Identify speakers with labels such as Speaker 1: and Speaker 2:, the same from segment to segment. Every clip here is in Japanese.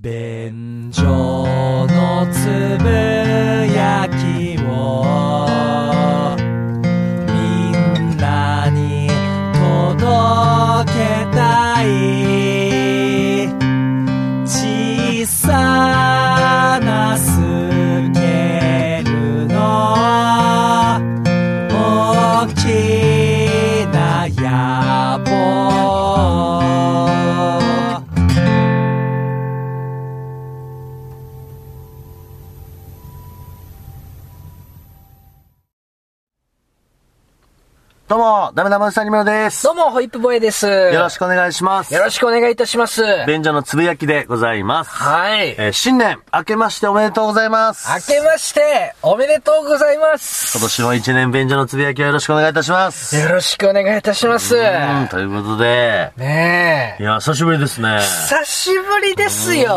Speaker 1: 便所のつぶやきをみんなに届けたい小さなスケールの大きな野望
Speaker 2: どうも、ダメダメおじさんにめろです。
Speaker 3: どうも、ホイップボーイです。
Speaker 2: よろ
Speaker 3: よ
Speaker 2: しくお願いします。
Speaker 3: ろしくお願いいたします。
Speaker 2: 便所のつぶやきでございます。
Speaker 3: はい。
Speaker 2: えー新年、明けましておめでとうございます。
Speaker 3: 明けまして、おめでとうございます。
Speaker 2: 今年も一年便所のつぶやきをよろしくお願いいたします。
Speaker 3: よろしくお願いいたします。
Speaker 2: うん、ということで、
Speaker 3: ね
Speaker 2: い
Speaker 3: え。
Speaker 2: や、久しぶりですね。
Speaker 3: 久しぶりですよ、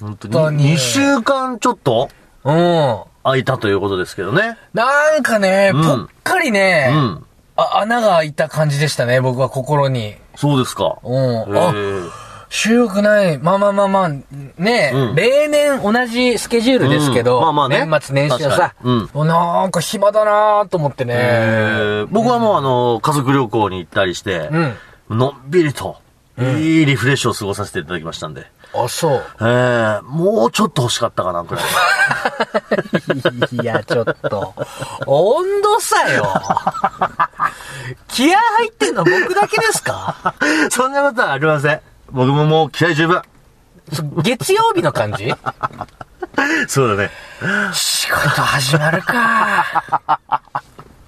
Speaker 3: 本当に。
Speaker 2: 2週間ちょっと
Speaker 3: うん。
Speaker 2: 空いたということですけどね。
Speaker 3: なんかね、
Speaker 2: ん
Speaker 3: ぽっかりね、
Speaker 2: うん。
Speaker 3: あ穴が開いた感じでしたね、僕は心に。
Speaker 2: そうですか。
Speaker 3: うん。
Speaker 2: え
Speaker 3: あ、
Speaker 2: ー
Speaker 3: 収録ない。まあまあまあまあ、ね、
Speaker 2: うん
Speaker 3: 例年同じスケジュールですけど、
Speaker 2: うんまあまあね
Speaker 3: 年末年始はさ
Speaker 2: 確、かに
Speaker 3: なんか暇だなぁと思ってね、
Speaker 2: えー僕はもうあの、家族旅行に行ったりして、のんびりと、いいリフレッシュを過ごさせていただきましたんで。
Speaker 3: あ、そう。
Speaker 2: えー、もうちょっと欲しかったかな、くらい。
Speaker 3: いや、ちょっと、温度差よ。気合入ってんの僕だけですか
Speaker 2: そんなことはありません。僕ももう気合十分。
Speaker 3: そ月曜日の感じ
Speaker 2: そうだね。
Speaker 3: 仕事始まるか。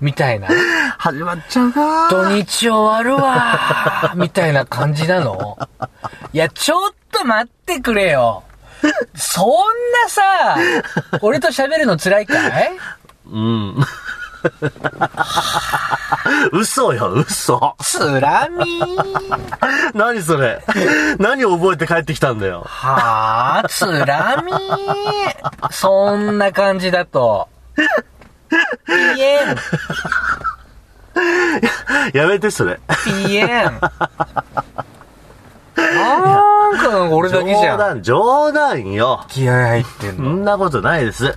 Speaker 3: みたいな。
Speaker 2: 始まっちゃうか
Speaker 3: 土日終わるわーみたいな感じなのいや、ちょっと待ってくれよ。そんなさ、俺と喋るの辛いかい
Speaker 2: うん。 嘘よ、嘘。
Speaker 3: つらみー。
Speaker 2: 何それ。何を覚えて帰ってきたんだよ。
Speaker 3: はあ、つらみー。そんな感じだと。ピエン、
Speaker 2: やめて、それ。
Speaker 3: ピエン。なんかなんか俺だけじゃ
Speaker 2: 冗
Speaker 3: ん。
Speaker 2: 談、冗談よ。
Speaker 3: 気合入ってん
Speaker 2: そ。んなことないです。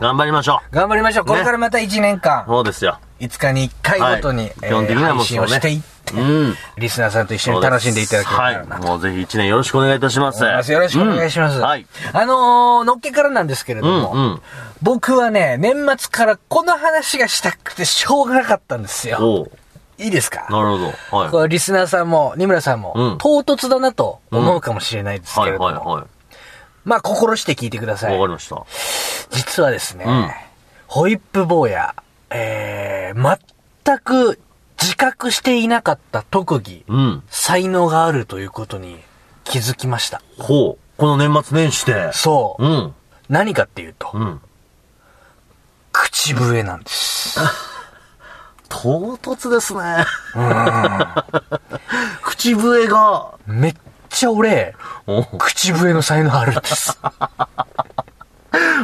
Speaker 2: 頑張りましょ
Speaker 3: 頑張りましょう。これからまた1年間
Speaker 2: う。。そうですよ。
Speaker 3: 5日に1回ごとに、
Speaker 2: はい
Speaker 3: えー
Speaker 2: 基本的にはもう
Speaker 3: 配
Speaker 2: そうね
Speaker 3: 信をしていって、
Speaker 2: うん。
Speaker 3: リスナーさんと一緒に楽しんでいただければなと
Speaker 2: はい。もうぜひ一年よろしくお願いいたします。
Speaker 3: 思います。よろしくお願いします。
Speaker 2: うんはい。
Speaker 3: あのー、のっけからなんですけれど
Speaker 2: うん、
Speaker 3: も、
Speaker 2: うん。
Speaker 3: 僕はね、年末からこの話がしたくてしょうがなかったんですよ。
Speaker 2: おう
Speaker 3: いいですか
Speaker 2: なるほど。はい。
Speaker 3: これリスナーさんも、二村さんも、
Speaker 2: うん
Speaker 3: 唐突だなと思うかもしれないですけ
Speaker 2: は
Speaker 3: れ
Speaker 2: い
Speaker 3: ども、
Speaker 2: はいはい。
Speaker 3: まあ、心して聞いてください
Speaker 2: わか。りました。
Speaker 3: 実はですね、
Speaker 2: うん
Speaker 3: ホイップ坊や、えー、全く自覚していなかった特技、
Speaker 2: うん。
Speaker 3: 才能があるということに気づきました。
Speaker 2: ほう。この年末年始で。
Speaker 3: そう。
Speaker 2: うん。
Speaker 3: 何かっていうと、
Speaker 2: うん。
Speaker 3: 口笛なんです。
Speaker 2: 唐突ですね。 口笛が。
Speaker 3: めっちゃ俺、
Speaker 2: お
Speaker 3: 口笛の才能あるんです。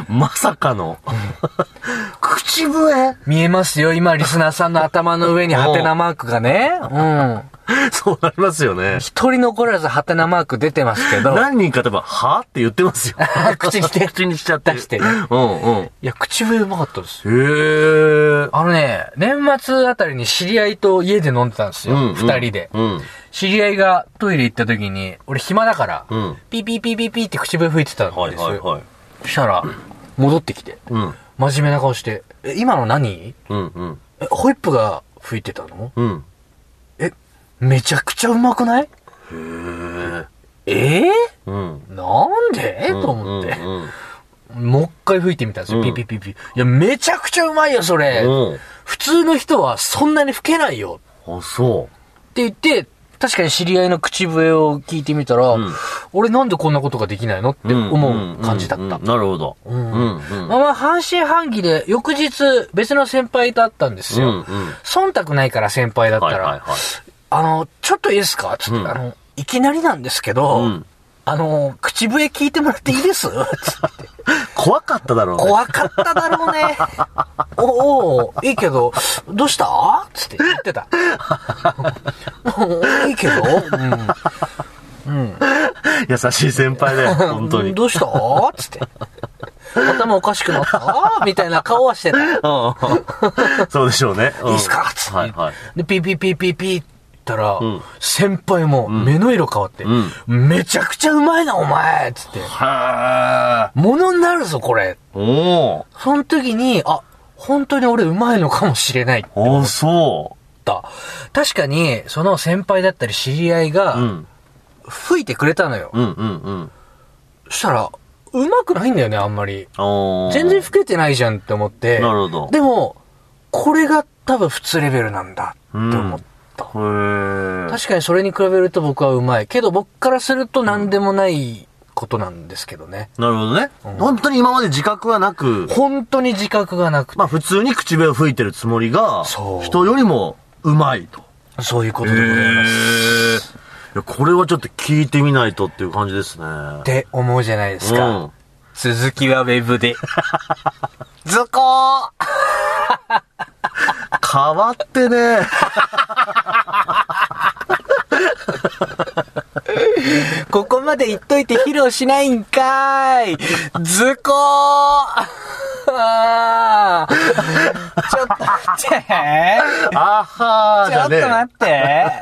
Speaker 2: まさかの。 口笛
Speaker 3: 見えますよ、今リスナーさんの頭の上にハテナマークがね。うん。
Speaker 2: そうなりますよね。
Speaker 3: 一人残らずハテナマーク出てますけど、
Speaker 2: 何人か例えば、はって言ってますよ。
Speaker 3: 口にして
Speaker 2: 口にしちゃってる。
Speaker 3: 出してね
Speaker 2: うんうん。
Speaker 3: いや、口笛うまかったですよ。
Speaker 2: へー。
Speaker 3: あのね、年末あたりに知り合いと家で飲んでたんですよ。二、人で。
Speaker 2: うん。
Speaker 3: 知り合いがトイレ行った時に、俺暇だから、
Speaker 2: うん
Speaker 3: ピーピーピーピーピーって口笛吹いてたんですよ。
Speaker 2: はいはいはい。
Speaker 3: そしたら、戻ってきて、
Speaker 2: うん。
Speaker 3: 真面目な顔して、え、今の何
Speaker 2: うんうん。
Speaker 3: え、ホイップが吹いてたの
Speaker 2: うん。
Speaker 3: え、めちゃくちゃうまくないえ
Speaker 2: うん。
Speaker 3: ー、なんでと思って、
Speaker 2: うんうん
Speaker 3: もう一回吹いてみたんですよ。ピーピーピーピー。いや、めちゃくちゃうまいよ、それ、
Speaker 2: うん
Speaker 3: 普通の人はそんなに吹けないよ。
Speaker 2: あ、そう。
Speaker 3: って言って、確かに知り合いの口笛を聞いてみたら、
Speaker 2: ん
Speaker 3: 俺なんでこんなことができないのって思う感じだった。
Speaker 2: うんうんうんなるほど。うん。うん。
Speaker 3: まあまあ、半信半疑で、翌日、別の先輩と会ったんですよ。
Speaker 2: うんうん
Speaker 3: 忖度ないから先輩だった
Speaker 2: はい
Speaker 3: ら、
Speaker 2: はいはい。
Speaker 3: あの、ちょっといいですかつって、
Speaker 2: うん
Speaker 3: あの、いきなりなんですけど、
Speaker 2: うん
Speaker 3: あの、口笛聞いてもらっていいですつって
Speaker 2: 怖かっただろうね。
Speaker 3: 怖かっただろう ね。おお、いいけど、どうしたつって言ってた。おおいいけど、うん。
Speaker 2: 優しい 先輩だよ、本当に。
Speaker 3: どうしたつって。頭おかしくなったみたいな顔はしてた。い
Speaker 2: うん そうでしょうね。うん
Speaker 3: いっすかつって。
Speaker 2: はいはい。
Speaker 3: で、ピーピーピーピーピーったら、
Speaker 2: ん
Speaker 3: 先輩も目の色変わって、めちゃくちゃうまいな、お前つって。
Speaker 2: は
Speaker 3: ものになるぞ、これ。
Speaker 2: ーおー
Speaker 3: その時に、あ、本当に俺うまいのかもしれないって
Speaker 2: おーそ。
Speaker 3: った。確かに、その先輩だったり知り合いう
Speaker 2: う
Speaker 3: が、
Speaker 2: ん。
Speaker 3: 吹いてくれたのよ。
Speaker 2: うんうんうん。
Speaker 3: そしたら、うまくないんだよね、あんまり。
Speaker 2: おー
Speaker 3: 全然吹けてないじゃんって思って。
Speaker 2: なるほど
Speaker 3: でも、これが多分普通レベルなんだって思った。
Speaker 2: へー
Speaker 3: 確かにそれに比べると僕はうまい。けど僕からすると何でもないことなんですけどね。
Speaker 2: なるほどね。本当に今まで自覚はなく、
Speaker 3: 本当に自覚がなくて、
Speaker 2: まあ普通に口笛を吹いてるつもりが、
Speaker 3: そう
Speaker 2: 人よりもうまいと。
Speaker 3: そういうこ
Speaker 2: へ
Speaker 3: とでございます。
Speaker 2: ーいや、これはちょっと聞いてみないとっていう感じですね。
Speaker 3: って思うじゃないですか。
Speaker 2: うん
Speaker 3: 続きはウェブ で。ズコー
Speaker 2: 変わってね。
Speaker 3: ここまで言っといて披露しないんかーい。図工あーちょっと待って。
Speaker 2: あはー
Speaker 3: ち
Speaker 2: じ
Speaker 3: ょ
Speaker 2: ゃ
Speaker 3: っ
Speaker 2: ねえ
Speaker 3: と待って。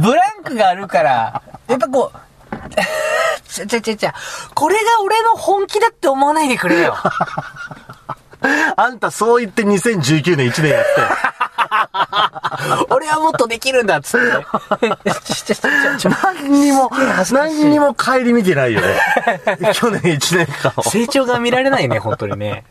Speaker 3: ブランクがあるから、やっぱこう、ちゃちゃちゃちゃ、これが俺の本気だって思わないでくれよ。
Speaker 2: あんたそう言って2019年1年 やって。
Speaker 3: 俺はもっとできるんだっつって。ちょちょちょちょ
Speaker 2: 何にも、何にも帰り見てないよね。 去年1年間を。
Speaker 3: 成長が見られないね、本当にね。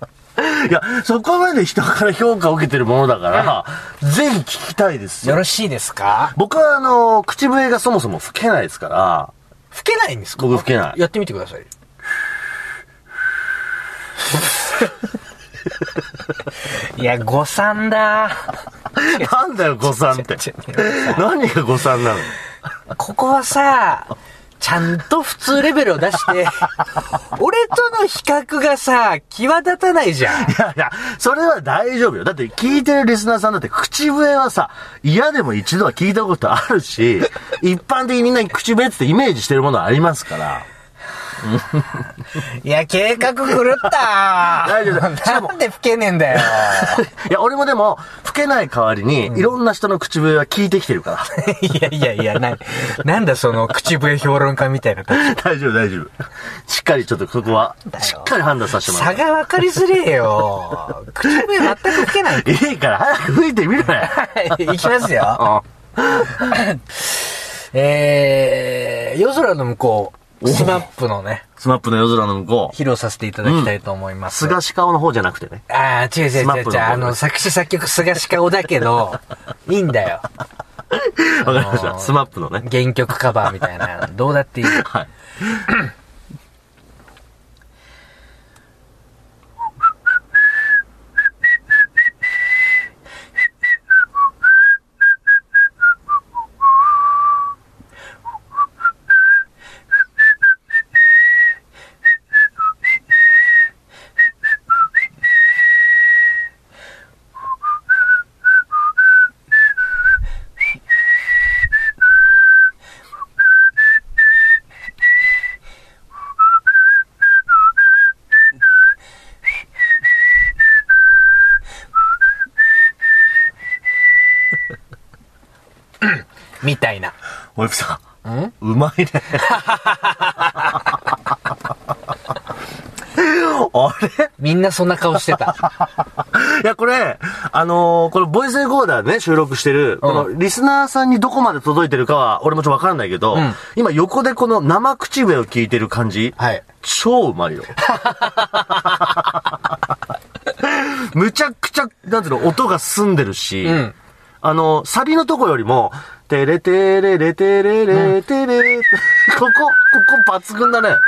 Speaker 2: いや、そこまで人から評価を受けてるものだから、ぜひ聞きたいです
Speaker 3: よ
Speaker 2: よ。
Speaker 3: ろしいですか
Speaker 2: 僕はあの、口笛がそもそも吹けないですから、
Speaker 3: 吹けないんですか
Speaker 2: 僕吹けない
Speaker 3: やってみてください。いや、誤算だ。
Speaker 2: なんだよ、誤算って。
Speaker 3: ちょちょ
Speaker 2: 何が誤算なの
Speaker 3: ここはさ、ちゃんと普通レベルを出 して、俺との比較がさ、際立たないじゃん。
Speaker 2: いやいや、それは大丈夫よ。だって聞いてるリスナーさんだって口笛はさ、嫌でも一度は聞いたことある し、一般的にみんな口笛ってイメージしてるものはありますから。
Speaker 3: いや、計画狂った。
Speaker 2: 大丈夫だしかも
Speaker 3: なんで吹けねえんだよ。
Speaker 2: いや、俺もでも、吹けない代わりに、いろんな人の口笛は聞いてきてるか
Speaker 3: いやいやいや、な、なんだその口笛評論家みたいな。
Speaker 2: ら。大丈夫、大丈夫。しっかりちょっとここは、しっかり判断させてもら
Speaker 3: 差が分かりづれえよ。口笛全く吹けない。
Speaker 2: う。いいから早く吹いて みろよ。
Speaker 3: いきますよ。えー、夜空の向こう、スマップのね、
Speaker 2: スマップの夜空の向こう。
Speaker 3: 披露させていただきたいと思います。
Speaker 2: 菅氏顔の方じゃなくてね。
Speaker 3: ああ、違う違
Speaker 2: スマッ
Speaker 3: う違
Speaker 2: プ
Speaker 3: う
Speaker 2: の
Speaker 3: 違う。
Speaker 2: 方
Speaker 3: あの、作詞作曲、菅氏顔だけど、いいんだよ。
Speaker 2: わかりました。スマップのね。
Speaker 3: 原曲カバーみたいな。どうだっていい。
Speaker 2: はい。
Speaker 3: みたいな。
Speaker 2: おゆきさん。うまいね。 あれ
Speaker 3: みんなそんな顔してた。
Speaker 2: いや、これ、あのーこのボイスレコーダーね、収録してる、このリスナーさんにどこまで届いてるかは、俺もちょっとわからないけど、
Speaker 3: ん
Speaker 2: 今横でこの生口笛を聞いてる感じ、
Speaker 3: はい。
Speaker 2: 超うまいよ。 むちゃくちゃ、なんていうの、音が澄んでるし、
Speaker 3: ん
Speaker 2: あの、サビのとこよりも、てれてれれてれれてれ、ここ、ここ抜群だね。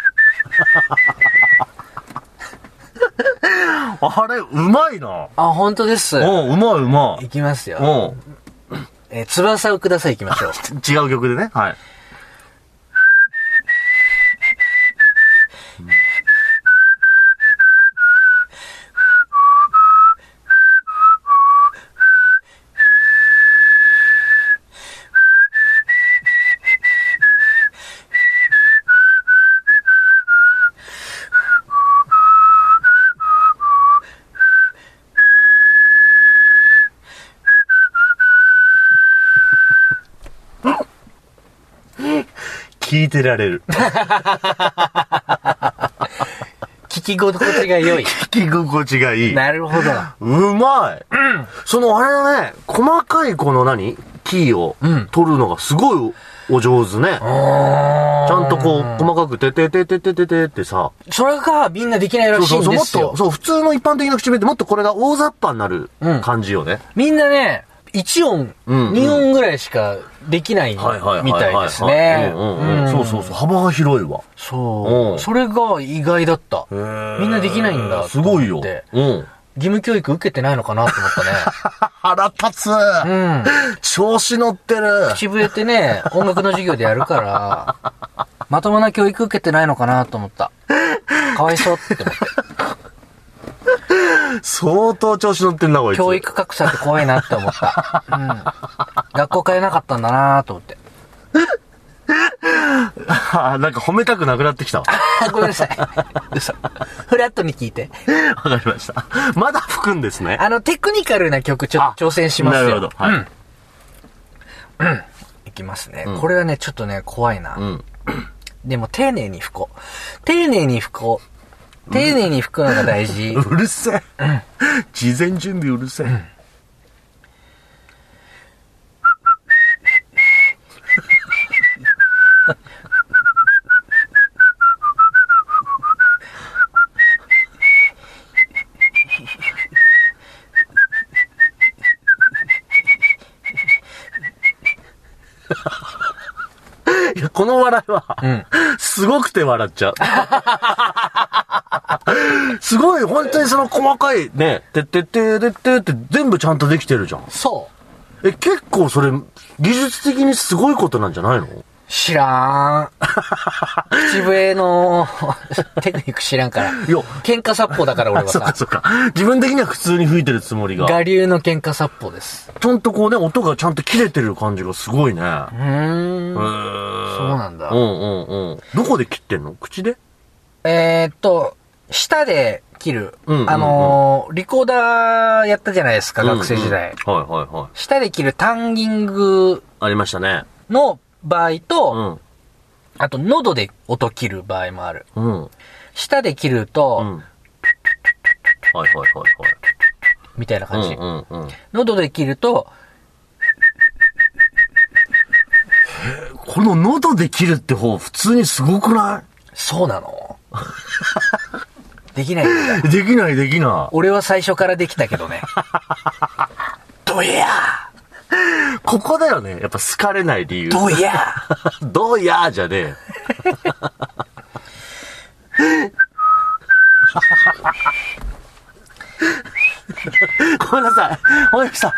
Speaker 2: あれ、うまいな。
Speaker 3: あ、本当です。
Speaker 2: うん、うまいうま
Speaker 3: い。きますよ。
Speaker 2: うん。
Speaker 3: えー翼をください行き ましょう。
Speaker 2: 違う曲でね。はい。
Speaker 3: 「
Speaker 2: 聞いてられる。
Speaker 3: 聞き心地が良い。
Speaker 2: 聞き心地がいい。
Speaker 3: なるほど。
Speaker 2: うまい、そのあれだね、細かいこの何キーを
Speaker 3: ん
Speaker 2: 取るのがすごいお上手ね。ちゃんとこう、細かくてててててててってさ。
Speaker 3: それがみんなできないらしいん
Speaker 2: も
Speaker 3: で
Speaker 2: っ
Speaker 3: すよ
Speaker 2: と、。そう、普通の一般的な口笛ってもっとこれが大雑把になる
Speaker 3: うん
Speaker 2: 感じよね。
Speaker 3: みんなね、1音、
Speaker 2: うんうん
Speaker 3: 2音ぐらいしかできないみたいですね。
Speaker 2: うんうんう
Speaker 3: う
Speaker 2: ん
Speaker 3: ん
Speaker 2: そうそうそう、幅が広いわ。
Speaker 3: そうう。
Speaker 2: ん
Speaker 3: それが意外だった。みんなできないんだ。
Speaker 2: すごいよ。
Speaker 3: 義
Speaker 2: うん。
Speaker 3: 務教育受けてないのかなと思っ
Speaker 2: 腹立つ、
Speaker 3: た ね。うん。
Speaker 2: 調子乗ってる
Speaker 3: 口笛ってね、音楽の授業でやるから、まともな教育受けてないのかなと思った。かわいそうって思 って。
Speaker 2: 相当調子乗ってんな、こいつ。
Speaker 3: 教育格差って怖いなって思った。うん。学校変えなかったんだなと思って。
Speaker 2: あ なんか褒めたくなくなってきたわ。
Speaker 3: あごめんなさい。嘘。フラットに聞いて。
Speaker 2: わかりました。まだ吹くんですね。
Speaker 3: あの、テクニカルな曲ちょっと挑戦しますよ。
Speaker 2: なるほど。はい。
Speaker 3: いきますね、これはね、ちょっとね、怖いな。
Speaker 2: ん
Speaker 3: でも、丁寧に吹こう。丁寧に吹こう。丁寧に吹くのが大事。
Speaker 2: うるせえ。事前準備うるせえ。 いやこの笑いは、
Speaker 3: うん。
Speaker 2: すごくて笑っちゃう。すごい、本当にその細かいね、てってっててってって全部ちゃんとできてるじゃん。
Speaker 3: そう。
Speaker 2: え、結構それ、技術的にすごいことなんじゃないの
Speaker 3: 知らーん。口笛の テクニック知らんから。
Speaker 2: や
Speaker 3: 喧嘩殺法だから俺は
Speaker 2: そっか
Speaker 3: さ。
Speaker 2: そっか。自分的には普通に吹いてるつもりが。
Speaker 3: 我流の喧嘩殺法です。
Speaker 2: ちゃんとこうね、音がちゃんと切れてる感じがすごいね。
Speaker 3: うーん。
Speaker 2: そ
Speaker 3: そうなんだ
Speaker 2: うんうんうん。どこで切ってんの口で
Speaker 3: えーっと、舌で切る。
Speaker 2: うんうんうん
Speaker 3: あのーリコーダーやったじゃないですか、学生時代。
Speaker 2: うんうんはいはいはい。
Speaker 3: 舌で切るタンギング
Speaker 2: ありましたね。
Speaker 3: の場合と、
Speaker 2: うん。
Speaker 3: あと、喉で音切る場合もある。
Speaker 2: うん。うん。
Speaker 3: 舌で切ると、
Speaker 2: はいはいはいはい。
Speaker 3: みたいな感じ。
Speaker 2: うんうんうん。
Speaker 3: 喉で切ると、
Speaker 2: この喉で切るって方、普通にすごくな
Speaker 3: そうなのできないん だ。
Speaker 2: いできないできな
Speaker 3: 俺は最初からできたけどね。どや
Speaker 2: い。ここだよね。やっぱ好かれない理由。
Speaker 3: どや
Speaker 2: どうやーじゃねえ。ごめんなさい。おゆきさん。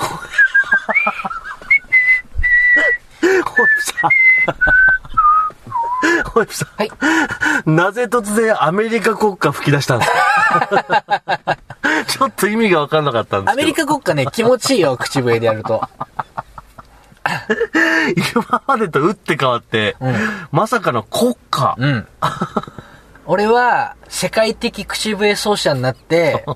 Speaker 2: おゆきさん。おゆきさん。
Speaker 3: はい。
Speaker 2: なぜ突然アメリカ国歌吹き出したんですかちょっと意味が分かんなかったんで
Speaker 3: ア
Speaker 2: すけ
Speaker 3: メ
Speaker 2: ど
Speaker 3: リ。カ国歌ね、気持ちいいよ、口笛でやると。
Speaker 2: 今までと打って変わって、まさかの国歌。
Speaker 3: うん。 俺は、世界的口笛奏者にな って、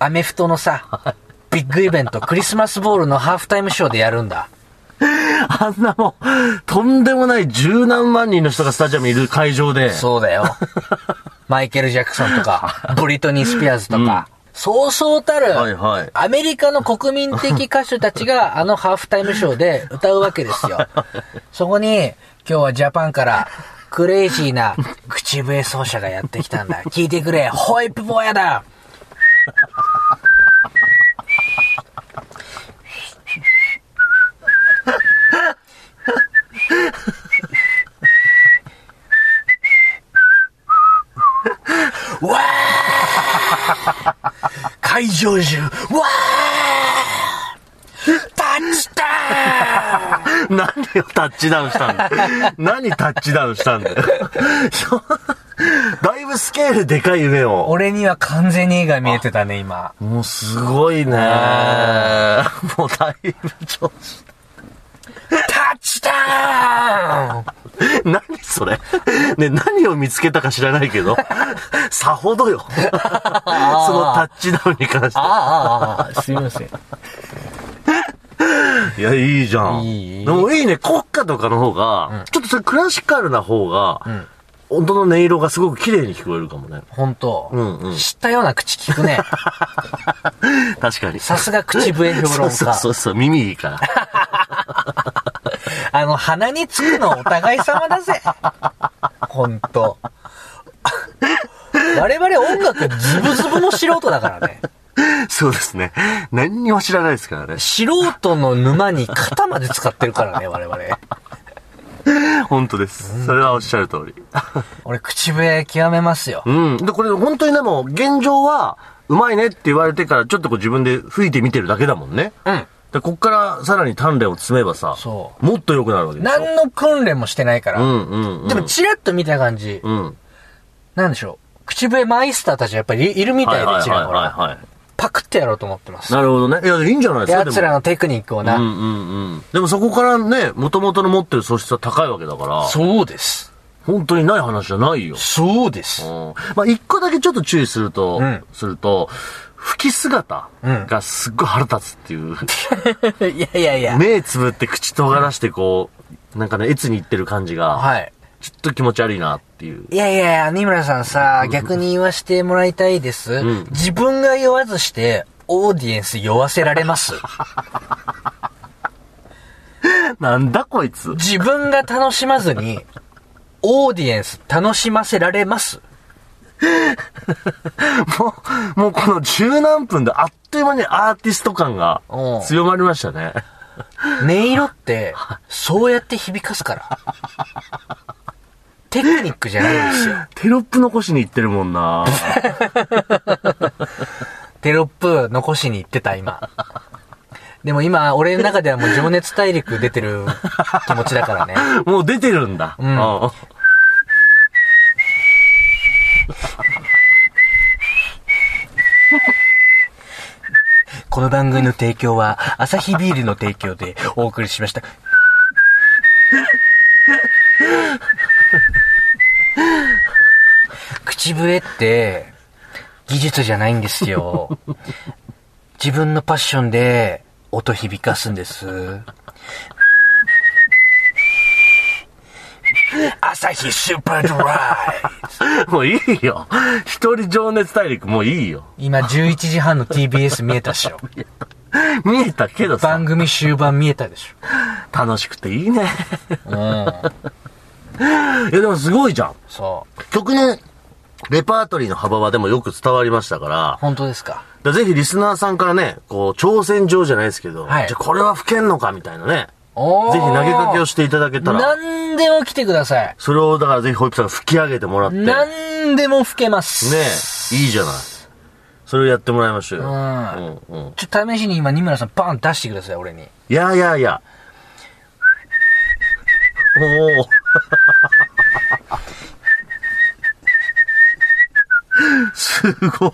Speaker 3: アメフトのさ、ビッグイベント、クリスマスボールのハーフタイムショーでやるんだ。
Speaker 2: あんなもん、とんでもない十何万人の人がスタジアムにいる会場で、
Speaker 3: そうだよ。 マイケル・ジャクソンとか、ブリトニー・スピアーズとか、そうそうたる、
Speaker 2: はいはい
Speaker 3: アメリカの国民的歌手たち があのハーフタイムショーで歌うわけですよ。そこに、今日はジャパンから、クレイジーな口笛奏者がやってきたんだ。聞いてくれ、ホイップ坊や だわー会場中、わータッチダウン
Speaker 2: 何をタッチダウン したんだ何タッチダウン したんだよ。そだいぶスケールでかい夢を。
Speaker 3: 俺には完全に絵が見えてたね、今。
Speaker 2: もうすごいね。もうだいぶ調子。
Speaker 3: タッチダウン
Speaker 2: 何それね、何を見つけたか知らないけ ど、さほ どよ。そのタッチダウンに関して。
Speaker 3: ああ、すいません。
Speaker 2: いや、いいじゃん。
Speaker 3: いい
Speaker 2: でもいいね、国歌とかの方が、ちょっとそれクラシカルな方が、音の音色がすごく綺麗に聞こえるかもね。
Speaker 3: 本当、
Speaker 2: うんうん
Speaker 3: 知ったような口聞く ね。
Speaker 2: 確 かに。
Speaker 3: さすが口笛評論家。
Speaker 2: そうそうそう、耳いいから。
Speaker 3: あの、鼻につくのお互い様だぜ。ほんと。我々音楽ズブズブの素人だからね。
Speaker 2: そうですね。何にも知らないですからね。
Speaker 3: 素人の沼に肩まで使ってるからね、我々。
Speaker 2: 本当です。それはおっしゃる通り。
Speaker 3: 俺、口笛極めますよ。
Speaker 2: うん。で、これ本当にでも、現状は、うまいねって言われてから、ちょっとこう自分で吹いてみてるだけだもんね。
Speaker 3: うん。
Speaker 2: で、こっからさらに鍛錬を積めばさ、
Speaker 3: そ
Speaker 2: もっと良くなるわけでしょ。
Speaker 3: 何の訓練もしてないから。
Speaker 2: うんうんうん。
Speaker 3: でも、チラッと見た感じ、
Speaker 2: うん。
Speaker 3: なんでしょう。口笛マイスターたちやっぱりいるみた
Speaker 2: はい
Speaker 3: いで、
Speaker 2: はいはい
Speaker 3: チラほ
Speaker 2: はい
Speaker 3: ら。
Speaker 2: はい。
Speaker 3: パクってやろうと思ってます。
Speaker 2: なるほどね。いや、いいんじゃないですか、でも。
Speaker 3: 奴らのテクニックを
Speaker 2: う
Speaker 3: な。
Speaker 2: んうんうん。でもそこからね、元々の持ってる素質は高いわけだから、
Speaker 3: そうです。
Speaker 2: 本当にない話じゃないよ。
Speaker 3: そうです
Speaker 2: うん。まあ、一個だけちょっと注意すると、
Speaker 3: うん
Speaker 2: すると、吹き姿がすっごい腹立つっていう。
Speaker 3: いやいやいや。
Speaker 2: 目つぶって口尖らしてこう、なんかね、越にいってる感じが、
Speaker 3: はい。
Speaker 2: ちょっと気持ち悪いなって いう。
Speaker 3: いやいや、二村さんさ、逆に言わしてもらいたいです。
Speaker 2: ん
Speaker 3: 自分が酔わずして、オーディエンス酔わせられます。
Speaker 2: なんだこいつ。
Speaker 3: 自分が楽しまずに、オーディエンス楽しませられます。
Speaker 2: もう、もうこの十何分であっという間にアーティスト感が
Speaker 3: うん
Speaker 2: 強まりまし たね。
Speaker 3: 音色って、そうやって響かすから。テクニックじゃないんですよ。
Speaker 2: テロップ残しに行ってるもんな
Speaker 3: テロップ残しに行ってた、今。でも今、俺の中ではもう情熱大陸出てる気持ちだからね。
Speaker 2: もう出てるんだ。うん
Speaker 3: この番組の提供は、アサヒビールの提供でお送りしました。口笛って、技術じゃないんですよ。自分のパッションで、音響かすんです。朝日スーパードライ
Speaker 2: もういいよ。一人情熱大陸もういいよ。
Speaker 3: 今11時半の TBS 見えたっしょ。
Speaker 2: 見えたけどさ
Speaker 3: 番、組終盤見えたでし
Speaker 2: 楽しくていいね。
Speaker 3: ょ。うん。
Speaker 2: いやでもすごいじゃん。
Speaker 3: そう。
Speaker 2: 曲のレパートリーの幅はでもよく伝わりましたから、
Speaker 3: 本当ですか
Speaker 2: だからぜひリスナーさんからね、こう、挑戦状じゃないですけど、
Speaker 3: はい
Speaker 2: じゃあこれは吹けんのかみたいなね、
Speaker 3: おー
Speaker 2: ぜひ投げかけをしていただけたら、
Speaker 3: 何でも来てください。
Speaker 2: それをだからぜひホイップさんが吹き上げてもらって、ね
Speaker 3: 何でも吹けます。
Speaker 2: え、いいじゃない。それをやってもらいましょうよ。
Speaker 3: う
Speaker 2: うんうん
Speaker 3: ちょっと試しに今、二村さんバン出してください、俺に。
Speaker 2: いやいやいや。おお。すごい。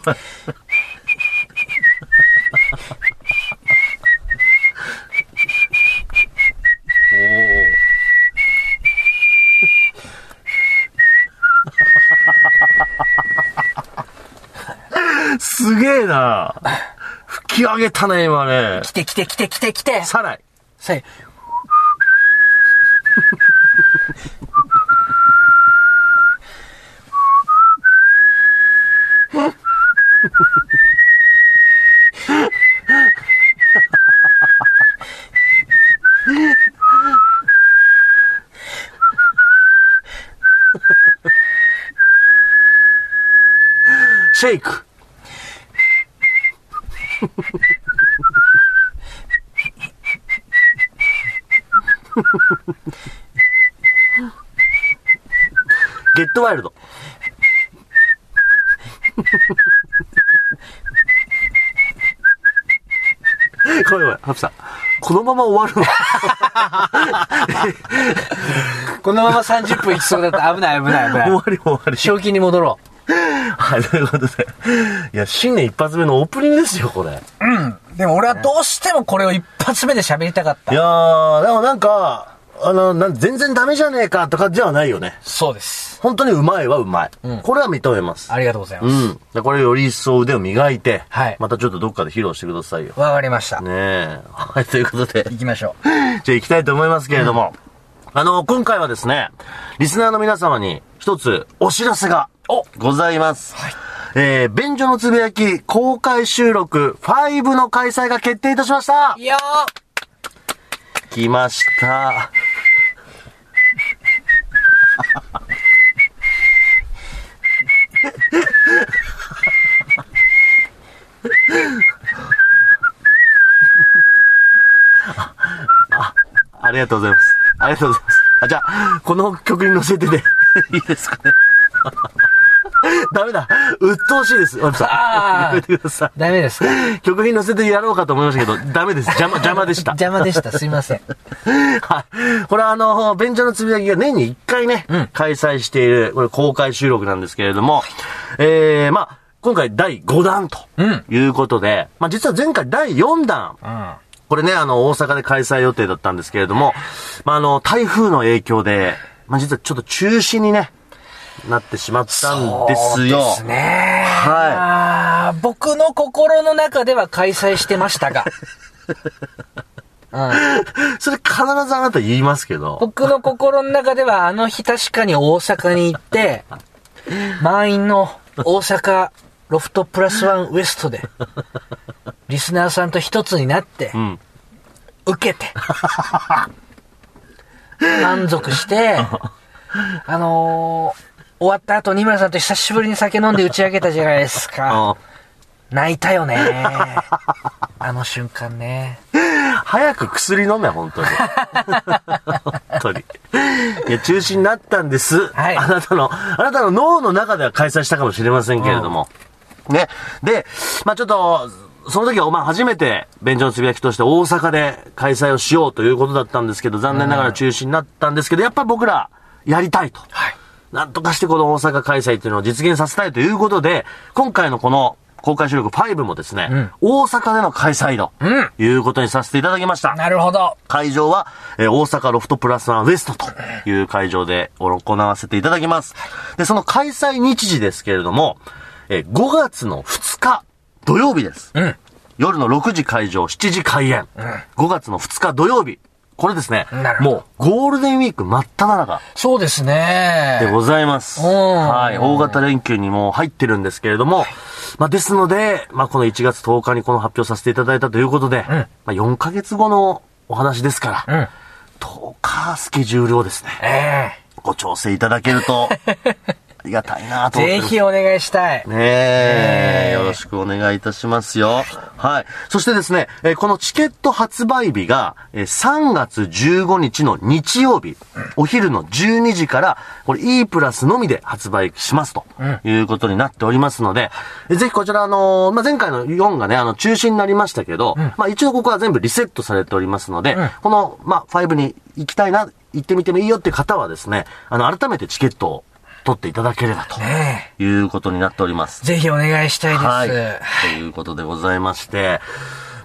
Speaker 2: おお。すげえな。吹き上げたね、今ね。
Speaker 3: 来て来て来て来て来て
Speaker 2: さらい。
Speaker 3: さい。
Speaker 2: シェイク。ゲットワイルド。ごめんごめん、ハプさん。このまま終わるの
Speaker 3: このまま30分いきそうだった。危ない危ない危
Speaker 2: 終
Speaker 3: ない。
Speaker 2: わり終わり。
Speaker 3: 正気に戻ろ
Speaker 2: はい、ということで。いや、新年一発目のオープニングですよ、これ。
Speaker 3: う。でも俺はどうしてもこれを一発目で喋りたかった
Speaker 2: い。やー、でもなんか、あの、なん全然ダメじゃねえかとかではないよね。
Speaker 3: そうです。
Speaker 2: 本当にうまいはうまい。
Speaker 3: ん
Speaker 2: これは認めます。
Speaker 3: ありがとうございます。
Speaker 2: うん。でこれより一層腕を磨いて、
Speaker 3: はい
Speaker 2: またちょっとどっかで披露してくださいよ。
Speaker 3: わ、かりました。
Speaker 2: ねえ。 はい、ということで、
Speaker 3: 行きましょ
Speaker 2: じゃあ行きたいと思いますけれども、あの、今回はですね、リスナーの皆様に一つお知らせがございます。えー、便所のつぶやき公開収録5の開催が決定いたしました
Speaker 3: う。いや
Speaker 2: 来ました。あ、ありがとうございます。ありがとうございます。あ、じゃあ、この曲に乗せてで、 いいですかね。 ダメだ。鬱陶しいです。ワンさ
Speaker 3: あ
Speaker 2: ん。
Speaker 3: ー
Speaker 2: やめてくださ
Speaker 3: ダメですか
Speaker 2: い。曲に乗せてやろうかと思いましたけど、ダメです。邪魔、邪魔 でした。
Speaker 3: 邪魔でした。すいま せん。
Speaker 2: はい。 これはあの、ベンチャーのつぶやきが年に1回ね、開催している、これ公開収録なんですけれども、えー、まあ、今回第5弾と
Speaker 3: うん
Speaker 2: いうことで、まあ実は前回第4弾、
Speaker 3: うん。
Speaker 2: これね、あの、大阪で開催予定だったんですけれども、まああの、台風の影響で、まあ実はちょっと中止にね、なってしまったんですよ。
Speaker 3: そうですね。
Speaker 2: はい
Speaker 3: まあ僕の心の中では開催してました が。うん、
Speaker 2: それ必ずあなた言いますけど、
Speaker 3: 僕の心の中ではあの日確かに大阪に行って、満員の大阪ロフトプラスワンウエストで、リスナーさんと一つになって、
Speaker 2: ん
Speaker 3: 受けて、満足して、あのー終わった後、二村さんと久しぶりに酒飲んで打ち上げたじゃないですか。
Speaker 2: あ
Speaker 3: 泣いた よね。あの瞬間ね。
Speaker 2: の早く薬飲め、本当に。本当に。いや、中止になったんです。
Speaker 3: はい
Speaker 2: あなたの、あなたの脳の中では開催したかもしれませんけれども。ね。で、まあちょっと、その時は、まあ初めて、便所のつぶやきとして大阪で開催をしようということだったんですけど、残念ながら中止になったんですけど、やっぱ僕ら、やりたいと。
Speaker 3: はい。
Speaker 2: なんとかしてこの大阪開催というのを実現させたいということで、今回のこの公開収録5もですね、
Speaker 3: ん
Speaker 2: 大阪での開催と
Speaker 3: うん
Speaker 2: いうことにさせていただきました。
Speaker 3: なるほど。
Speaker 2: 会場は、えー大阪ロフトプラスワンウエストという会場で行わせていただきます。で、その開催日時ですけれども、えー5月の2日土曜日です。
Speaker 3: うん。
Speaker 2: 夜の6時会場、7時開演。5月の2日土曜日。これですね
Speaker 3: なる、ほど
Speaker 2: もうゴールデンウィーク真っ只中。
Speaker 3: そうですね。
Speaker 2: でございます。
Speaker 3: うん
Speaker 2: はい。大型連休にもう入ってるんですけれども、まあですので、まあこの1月10日にこの発表させていただいたということで、まあ4ヶ月後のお話ですから、
Speaker 3: うん。
Speaker 2: 10日スケジュールをですね、
Speaker 3: え
Speaker 2: ご調整いただけ ると、ありがたいな
Speaker 3: え
Speaker 2: と思って
Speaker 3: ぜ
Speaker 2: ます。
Speaker 3: ひお願いしたい。
Speaker 2: ねえ
Speaker 3: ね、え
Speaker 2: よろしくお願いいたしますよ。はい。そしてですね、えーこのチケット発売日が、えー3月15日の日曜日、お昼の12時から、これ E プラスのみで発売しますと、いうことになっておりますので、えーぜひこちら、あのーまあ、前回の4がね、あの、中止になりましたけど、まあ、一応ここは全部リセットされておりますので、
Speaker 3: ん
Speaker 2: この、まあ、5に行きたいな、行ってみてもいいよっていう方はですね、あの、改めてチケットを取っていただければと。
Speaker 3: ねえ
Speaker 2: いうことになっております。
Speaker 3: ぜひお願いしたいです。
Speaker 2: はい。ということでございまして、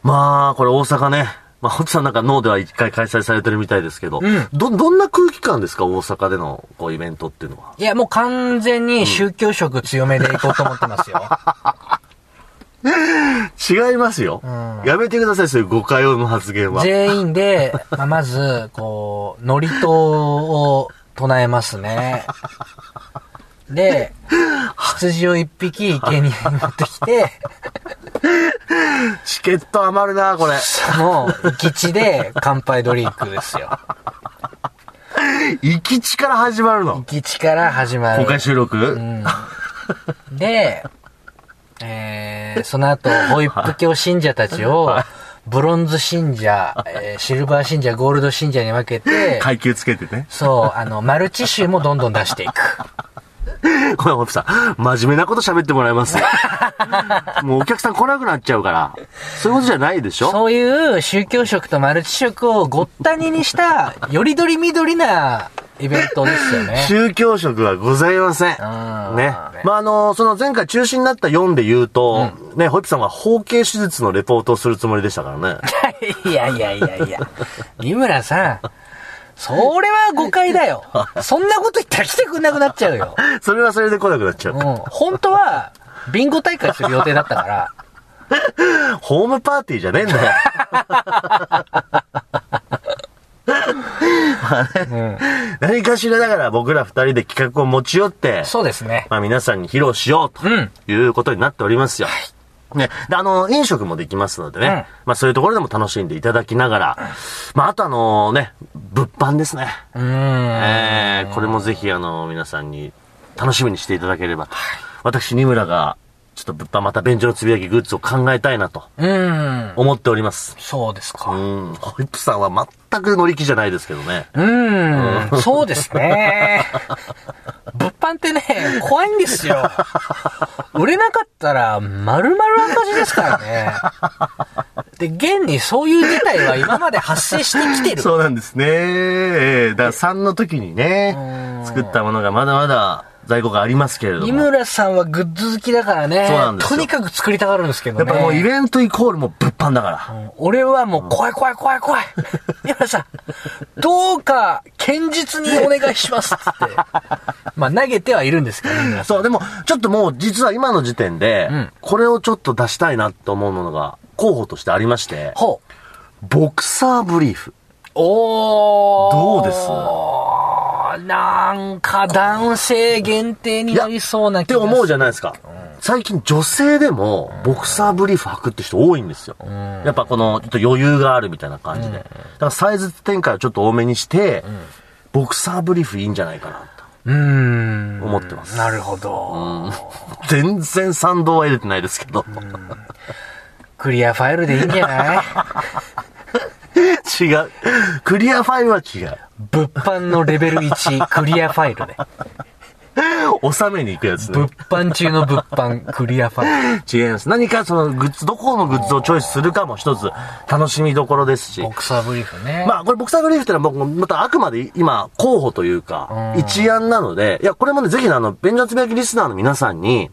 Speaker 2: まあ、これ大阪ね、まあ、本さんなんか脳では一回開催されてるみたいですけど、
Speaker 3: ん
Speaker 2: ど、どんな空気感ですか大阪でのこうイベントっていうのは。
Speaker 3: いや、もう完全に宗教色強めでいこうと思ってますよ。
Speaker 2: 違いますよ。やめてください、そういう誤解を生む発言 は。
Speaker 3: 全員で、まあ、まず、こう、祝詞を唱えますね。で、羊を一匹池に持ってき て、
Speaker 2: チケット余るな、これ。
Speaker 3: もう、基地で乾杯ドリンクですよ。
Speaker 2: 行き地から始まるの。
Speaker 3: 基地から始ま
Speaker 2: 公
Speaker 3: る。
Speaker 2: 開収録、
Speaker 3: うん。で、えー、その後、ホイップ教信者たちを、ブロンズ信者、えーシルバー信者、ゴールド信者に分けて、
Speaker 2: 階級つけて ね。
Speaker 3: そう、あの、マルチ種もどんどん出していく。
Speaker 2: これ、ホップさん、真面目なこと喋ってもらい ます。もうお客さん来なくなっちゃうから。そういうことじゃないでしょ
Speaker 3: そういう宗教色とマルチ色をごったににした、よりどりみどりなイベントですよ ね。
Speaker 2: 宗教色はございません。ね。
Speaker 3: ー
Speaker 2: まあ、あの、その前回中止になった4で言うと、ね、ホイップさんは包茎手術のレ ポートをするつもりでしたからね。
Speaker 3: いやいやいやいや。井村さん、それは誤解だよ。そんなこと言ったら来てくんなくなっちゃうよ。
Speaker 2: それはそれで来なくなっちゃ
Speaker 3: うん
Speaker 2: う。。
Speaker 3: 本当は、ビンゴ大会する予定だったから、
Speaker 2: ホームパーティーじゃねえんだ よ。 何かしらだから僕ら二人で企画を持ち寄って、
Speaker 3: そうですね。
Speaker 2: まあ皆さんに披露しよう
Speaker 3: う
Speaker 2: と
Speaker 3: ん
Speaker 2: いうことになっておりますよ。ね。で、あの、飲食もできますのでね。
Speaker 3: うん
Speaker 2: まあそういうところでも楽しんでいただきながら。まああとあのね、物販ですね。
Speaker 3: うーん。
Speaker 2: えーこれもぜひあの、皆さんに楽しみにしていただければと。私、二村が、ちょっと物販また便所のつぶやきグッズを考えたいなと
Speaker 3: うーん。
Speaker 2: 思っております。
Speaker 3: そうです
Speaker 2: う
Speaker 3: か。
Speaker 2: ん。ホイップさんは全く乗り気じゃないですけどね。
Speaker 3: うーん。そうですね。物販ってね、怖いんですよ。売れなかったら、丸々赤字ですからね。で、現にそういう事態は今まで発生してきてる。
Speaker 2: うなんですね。えーだから3の時にね
Speaker 3: うん
Speaker 2: 作ったものがまだまだ在庫がありますけれども。
Speaker 3: 井村さんはグッズ好きだからね。
Speaker 2: そうなんですよ
Speaker 3: とにかく作りたがるんですけど
Speaker 2: や
Speaker 3: ね。
Speaker 2: っぱもうイベントイコールもう物販だから。
Speaker 3: 俺はもう怖い怖い怖い 怖い。井村さん、どうか堅実にお願いしますって。 まあ投げてはいるんですけど、井村さ
Speaker 2: そう、でも、ちょっともう実は今の時点で、
Speaker 3: うん
Speaker 2: これをちょっと出したいなと思うものが候補としてありまして
Speaker 3: ん。、ほう。
Speaker 2: ボクサーブリーフ。
Speaker 3: おー。
Speaker 2: どうです
Speaker 3: なんか男性限定になりそうな
Speaker 2: っ
Speaker 3: 気
Speaker 2: て
Speaker 3: がする。
Speaker 2: 思うじゃないですか。最近女性でもボクサーブリーフ履くって人多いんですよ。やっぱこのちょっと余裕があるみたいな感じで。だからサイズ展開をちょっと多めにして、ボクサーブリーフいいんじゃないかな
Speaker 3: うーん。
Speaker 2: 思ってます
Speaker 3: なるほど。
Speaker 2: と。全然賛同は得れてないですけど。
Speaker 3: クリアファイルでいいんじゃない
Speaker 2: 違う。クリアファイルは違う。
Speaker 3: 物販のレベル1、クリアファイルね。
Speaker 2: 収めに行くやつね
Speaker 3: 物。販中の物販、クリアファイル。
Speaker 2: 違います。何かそのグッズ、どこのグッズをチョイスするかも一つ楽しみどころですし
Speaker 3: ボ。クサーブリーフね。
Speaker 2: まあこれボクサーブリーフってのは僕もまたあくまで今候補というか、
Speaker 3: うん
Speaker 2: 一案なので、いやこれもねぜひねあの、ベンジャーつぶやきリスナーの皆さんに、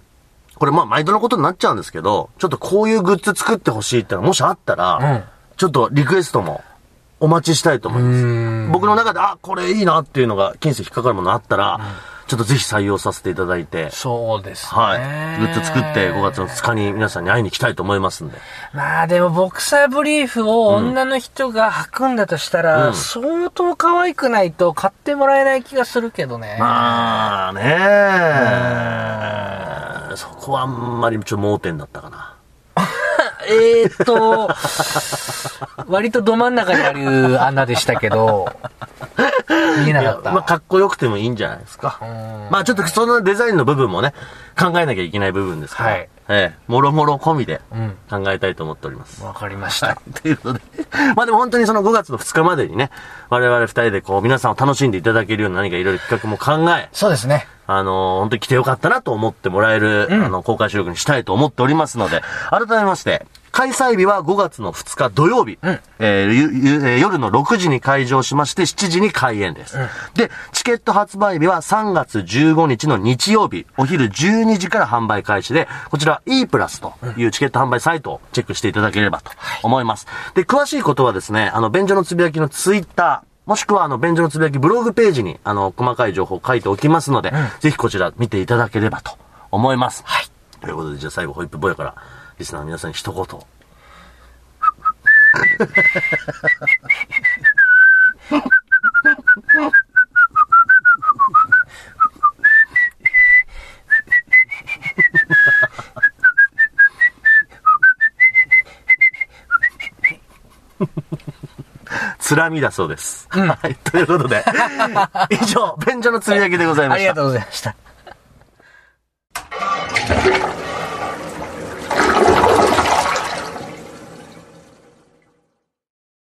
Speaker 2: これまあ毎度のことになっちゃうんですけど、ちょっとこういうグッズ作ってほしいってのがもしあったら、
Speaker 3: うん
Speaker 2: ちょっとリクエストもお待ちしたいと思います。僕の中で、あ、これいいなっていうのが、金銭引っかかるものあったら、ちょっとぜひ採用させていただいて、
Speaker 3: そうですね。
Speaker 2: はい。グッズ作って5月の2日に皆さんに会いに行きたいと思いますんで。
Speaker 3: まあでもボクサーブリーフを女の人が履くんだとしたら、
Speaker 2: うん
Speaker 3: 相当可愛くないと買ってもらえない気がするけどね。
Speaker 2: まあねえ、そこはあんまりちょっと盲点だったかな。
Speaker 3: えーっと、割とど真ん中にある穴でしたけど、見えないか
Speaker 2: や
Speaker 3: った。
Speaker 2: まあかっこよくてもいいんじゃないですか。まあちょっとそのデザインの部分もね、考えなきゃいけない部分ですから、
Speaker 3: はい
Speaker 2: ええ、もろもろ込みで
Speaker 3: ん
Speaker 2: 考えたいと思っております。
Speaker 3: わかりました。
Speaker 2: ということで。 まあでも本当にその5月の2日までにね、我々2人でこう皆さんを楽しんでいただけるような何かいろいろ企画も考え、
Speaker 3: そうですね。
Speaker 2: あの、本当に来てよかったなと思ってもらえる、あの、公開収録にしたいと思っておりますので、改めまして、開催日は5月の2日土曜日、えーゆゆえー夜の6時に開場しまして、7時に開演です、で、チケット発売日は3月15日の日曜日、お昼12時から販売開始で、こちら E プラスというチケット販売サイトをチェックしていただければと思います。で、詳しいことはですね、あの、便所のつぶやきのツイッター、もしくは、あの、便所のつぶやきブログページに、あの、細かい情報を書いておきますので、ぜひこちら見ていただければと思います。はい。ということで、じゃあ最後、ホイップボーイから、リスナーの皆さんに一言。つらみだそうです。はい。ということで、 以上、便所のつぶやきでございました。
Speaker 3: ありがとうございました。